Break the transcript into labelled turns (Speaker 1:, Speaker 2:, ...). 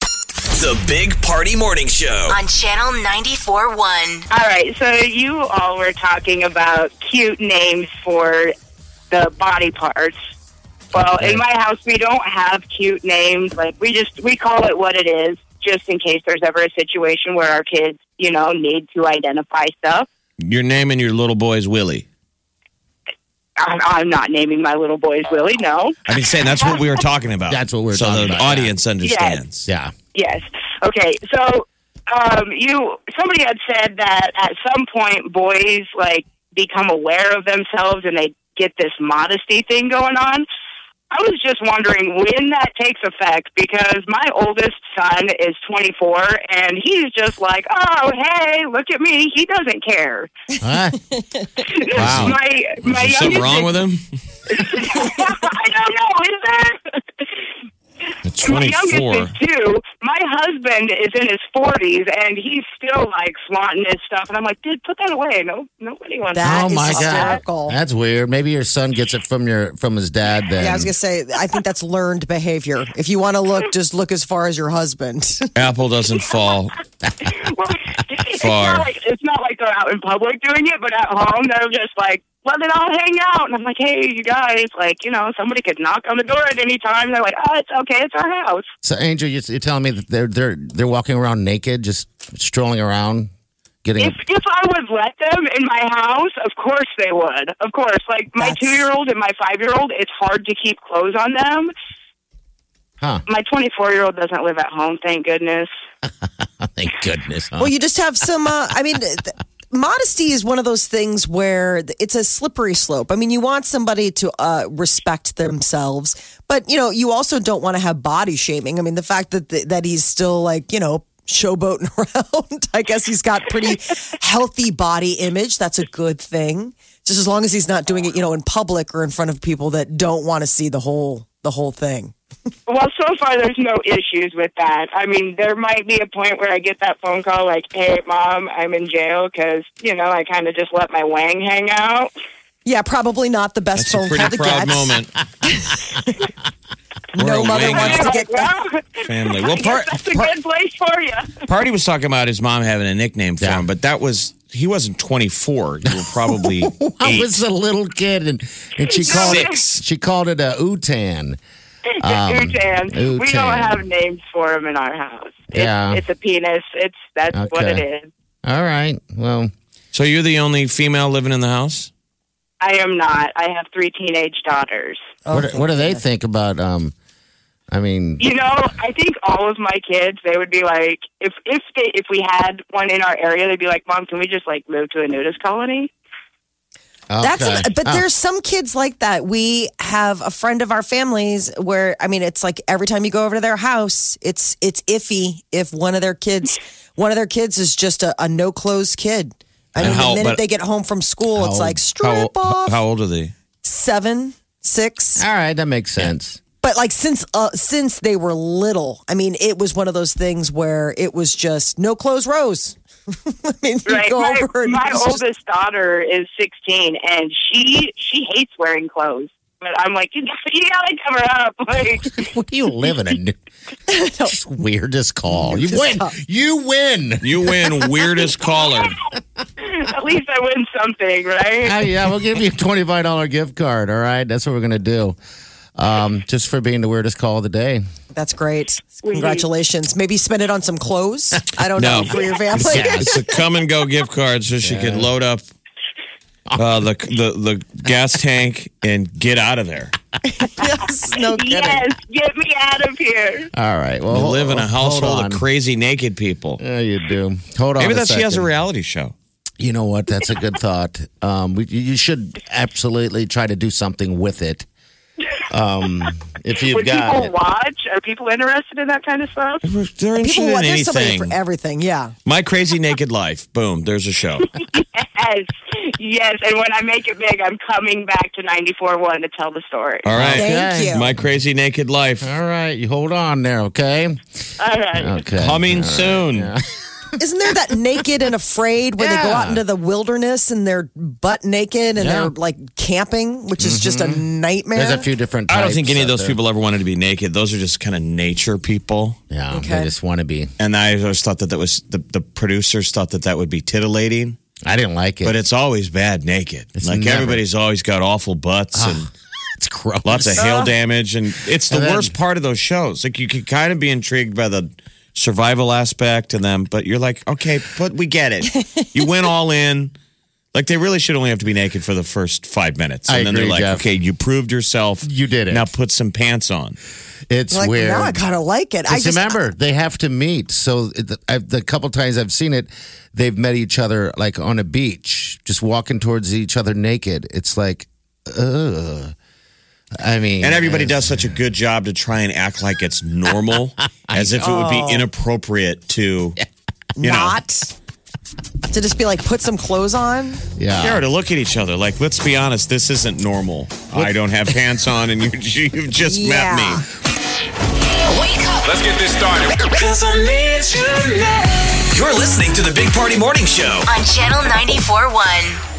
Speaker 1: The Big Party Morning Show.
Speaker 2: on Channel 94.1.
Speaker 3: All right, so you all were talking about cute names for the body parts. Well, in my house, we don't have cute names. Like we just we call it what it is, just in case there's ever a situation where our kids, you know, need to identify stuff.
Speaker 4: You're naming your little boys Willie.
Speaker 3: I'm, I'm not naming my little boys Willie. No.
Speaker 4: I've been saying that's what we were talking about.
Speaker 5: That's what we were
Speaker 4: so
Speaker 5: talking
Speaker 4: the
Speaker 5: about, yeah.
Speaker 4: audience understands.
Speaker 5: Yeah.
Speaker 3: Yes. Okay. So, um, you somebody had said that at some point boys like become aware of themselves and they get this modesty thing going on. I was just wondering when that takes effect because my oldest son is 24 and he's just like, "Oh, hey, look at me. He doesn't care."
Speaker 5: Huh? Wow.
Speaker 3: my my
Speaker 4: Is there something
Speaker 3: youngest
Speaker 4: wrong with him?
Speaker 3: I don't know. Is there? My youngest is two. My husband is in his forties, and he's still like flaunting his stuff. And I'm like, dude, put that away. No, nobody wants
Speaker 6: That
Speaker 5: oh
Speaker 6: is
Speaker 5: my
Speaker 6: hysterical.
Speaker 5: god. That's weird. Maybe your son gets it from your from his dad then.
Speaker 6: Yeah, I was gonna say. I think that's learned behavior. If you want to look, just look as far as your husband.
Speaker 4: Apple doesn't fall.
Speaker 3: that. Well, it's
Speaker 4: Far.
Speaker 3: not like it's not like they're out in public doing it, but at home they're just like, let it all hang out. And I'm like, hey, you guys, like, you know, somebody could knock on the door at any time. They're like, oh, it's okay, it's our house.
Speaker 5: So Angel, you're, you're telling me that they're they're they're walking around naked, just strolling around, getting
Speaker 3: If if I would let them in my house, of course they would. Of course, like my
Speaker 6: That's-
Speaker 3: two year old and my five year old, it's hard to keep clothes on them.
Speaker 5: huh?
Speaker 3: My twenty four year old doesn't live at home, thank goodness.
Speaker 5: Thank goodness. Huh?
Speaker 6: Well, you just have some. Uh, I mean, th- modesty is one of those things where th- it's a slippery slope. I mean, you want somebody to uh, respect themselves, but you know, you also don't want to have body shaming. I mean, the fact that th- that he's still like you know showboating around. I guess he's got pretty healthy body image. That's a good thing. Just as long as he's not doing it, you know, in public or in front of people that don't want to see the whole the whole thing.
Speaker 3: Well, so far there's no issues with that. I mean, there might be a point where I get that phone call like, "Hey, mom, I'm in jail because you know I kind of just let my wang hang out."
Speaker 6: Yeah, probably not the best
Speaker 4: It's a
Speaker 6: phone
Speaker 4: pretty
Speaker 6: call to
Speaker 4: proud
Speaker 6: get.
Speaker 4: moment. We're
Speaker 6: No
Speaker 4: a
Speaker 6: mother
Speaker 4: wing
Speaker 6: wants to
Speaker 4: out
Speaker 6: get that.
Speaker 3: well,
Speaker 4: family.
Speaker 3: I
Speaker 4: Well,
Speaker 3: guess
Speaker 4: part,
Speaker 3: that's a
Speaker 4: part-
Speaker 3: good place for you.
Speaker 4: Party was talking about his mom having a nickname for
Speaker 5: Yeah.
Speaker 4: him, but that was he wasn't 24. You were probably
Speaker 5: I
Speaker 4: eight.
Speaker 5: was uh, a little kid, and, and she called
Speaker 4: Six.
Speaker 5: it she called it a ootan. Um,
Speaker 3: Utan. We don't
Speaker 5: Utan.
Speaker 3: have names for them in our house. It's,
Speaker 5: Yeah.
Speaker 3: it's a penis. It's that's what it
Speaker 5: Okay.
Speaker 3: is.
Speaker 5: All right. Well,
Speaker 4: So you're the only female living in the house.
Speaker 3: I am not. I have three teenage daughters.
Speaker 5: what,
Speaker 6: Oh, Okay.
Speaker 5: what do they think about? Um, I mean,
Speaker 3: You know, I think all of my kids, they would be like, if if they if we had one in our area, they'd be like, "Mom, can we just like move to a nudist colony?"
Speaker 6: That's
Speaker 5: okay.
Speaker 6: an, but
Speaker 5: Oh,
Speaker 4: Ah.
Speaker 6: there's some kids like that. We have a friend of our families where I mean it's like every time you go over to their house, it's it's iffy if one of their kids one of their kids is just a, a no clothes kid. I
Speaker 4: And
Speaker 6: mean
Speaker 4: how-
Speaker 6: the minute
Speaker 4: but-
Speaker 6: they get home from school, it's like
Speaker 4: How,
Speaker 6: strip off
Speaker 4: how old are they?
Speaker 6: seven, six.
Speaker 5: all right. That makes sense.
Speaker 6: But like since uh, since they were little, I mean it was one of those things where it was just no clothes rows. I mean you
Speaker 3: Right.
Speaker 6: go
Speaker 3: My,
Speaker 6: over and
Speaker 3: my
Speaker 6: it's just-
Speaker 3: oldest daughter is 16, and she she hates wearing clothes. But I'm like, you, you gotta cover up. Like,
Speaker 5: What do you live in a new? It's weirdest call. You win. You win.
Speaker 4: You win weirdest caller.
Speaker 3: at least I win something, right?
Speaker 5: Yeah, yeah, we'll give you a twenty-five dollar gift card. All right, that's what we're gonna do, um, just for being the weirdest call of the day.
Speaker 6: That's great. Congratulations. Maybe spend it on some clothes. I don't know
Speaker 4: No.
Speaker 6: for your family.
Speaker 5: Yeah.
Speaker 4: It's a come and go gift card, so she can load up uh, the, the the gas tank and get out of there.
Speaker 6: yes, no kidding.
Speaker 3: yes, get me out of here.
Speaker 5: All right. Well,
Speaker 4: We live in a
Speaker 5: hold
Speaker 4: household
Speaker 5: on.
Speaker 4: of crazy naked people.
Speaker 5: Yeah, you do. Hold on.
Speaker 4: Maybe that's she has a
Speaker 5: second.
Speaker 4: reality show.
Speaker 5: You know what? That's a good thought. Um, we, you you should absolutely try to do something with it. Um, if you've
Speaker 3: Would
Speaker 5: got
Speaker 3: people
Speaker 5: it.
Speaker 3: watch? Are people interested in that kind of stuff?
Speaker 4: They're interested
Speaker 6: People
Speaker 4: in
Speaker 6: want there's somebody
Speaker 4: anything.
Speaker 6: for everything. Yeah.
Speaker 4: My Crazy Naked Life. Boom. There's a show.
Speaker 3: Yes, yes. And when I make it big, I'm coming back to 94.1 to tell the story.
Speaker 4: All right.
Speaker 6: Thank
Speaker 5: Okay.
Speaker 6: you.
Speaker 4: My Crazy Naked Life.
Speaker 5: All right, you hold on there, okay?
Speaker 3: All right.
Speaker 5: Okay.
Speaker 4: Coming soon.
Speaker 6: Isn't there that naked and afraid where they go out
Speaker 5: Yeah.
Speaker 6: into the wilderness and they're butt naked and
Speaker 5: Yeah.
Speaker 6: they're like camping, which is just a nightmare?
Speaker 5: There's a few different.
Speaker 4: I don't think
Speaker 5: types
Speaker 4: any of
Speaker 5: out
Speaker 4: those
Speaker 5: there.
Speaker 4: people ever wanted to be naked. Those are just kind of nature people.
Speaker 5: Yeah,
Speaker 6: Okay.
Speaker 5: they just want to be.
Speaker 4: And I always thought that that was the, the producers thought that that would be titillating,
Speaker 5: I didn't like it,
Speaker 4: but it's always bad naked.
Speaker 5: It's
Speaker 4: like
Speaker 5: never-
Speaker 4: everybody's always got awful butts and
Speaker 5: it's gross.
Speaker 4: lots of hail damage, and it's the
Speaker 5: And then-
Speaker 4: worst part of those shows. Like you could kind of be intrigued by the survival aspect to them, but you're like, okay, but we get it. You went all in. Like they really should only have to be naked for the first five minutes, and
Speaker 5: I
Speaker 4: then
Speaker 5: agree,
Speaker 4: they're like,
Speaker 5: Jeff.
Speaker 4: okay, you proved yourself.
Speaker 5: You did it.
Speaker 4: Now put some pants on.
Speaker 5: It's
Speaker 6: like,
Speaker 5: weird.
Speaker 6: now I kind of like it. I
Speaker 5: Because
Speaker 6: just
Speaker 5: remember, they have to meet. So the, I've, the couple times I've seen it, they've met each other like on a beach, just walking towards each other naked. It's like, ugh. I mean,
Speaker 4: And everybody does such a good job to try and act like it's normal, as if it would be inappropriate to, you know,
Speaker 6: not. To just be like, put some clothes on.
Speaker 4: yeah,
Speaker 5: Yeah.
Speaker 4: to look at each other. Like, let's be honest, this isn't normal. I don't have pants on, and you, you've just met
Speaker 6: Yeah.
Speaker 4: me.
Speaker 2: Wake up
Speaker 7: Let's get this started.
Speaker 1: You're listening to the Big Party Morning Show.
Speaker 2: on Channel 94.1.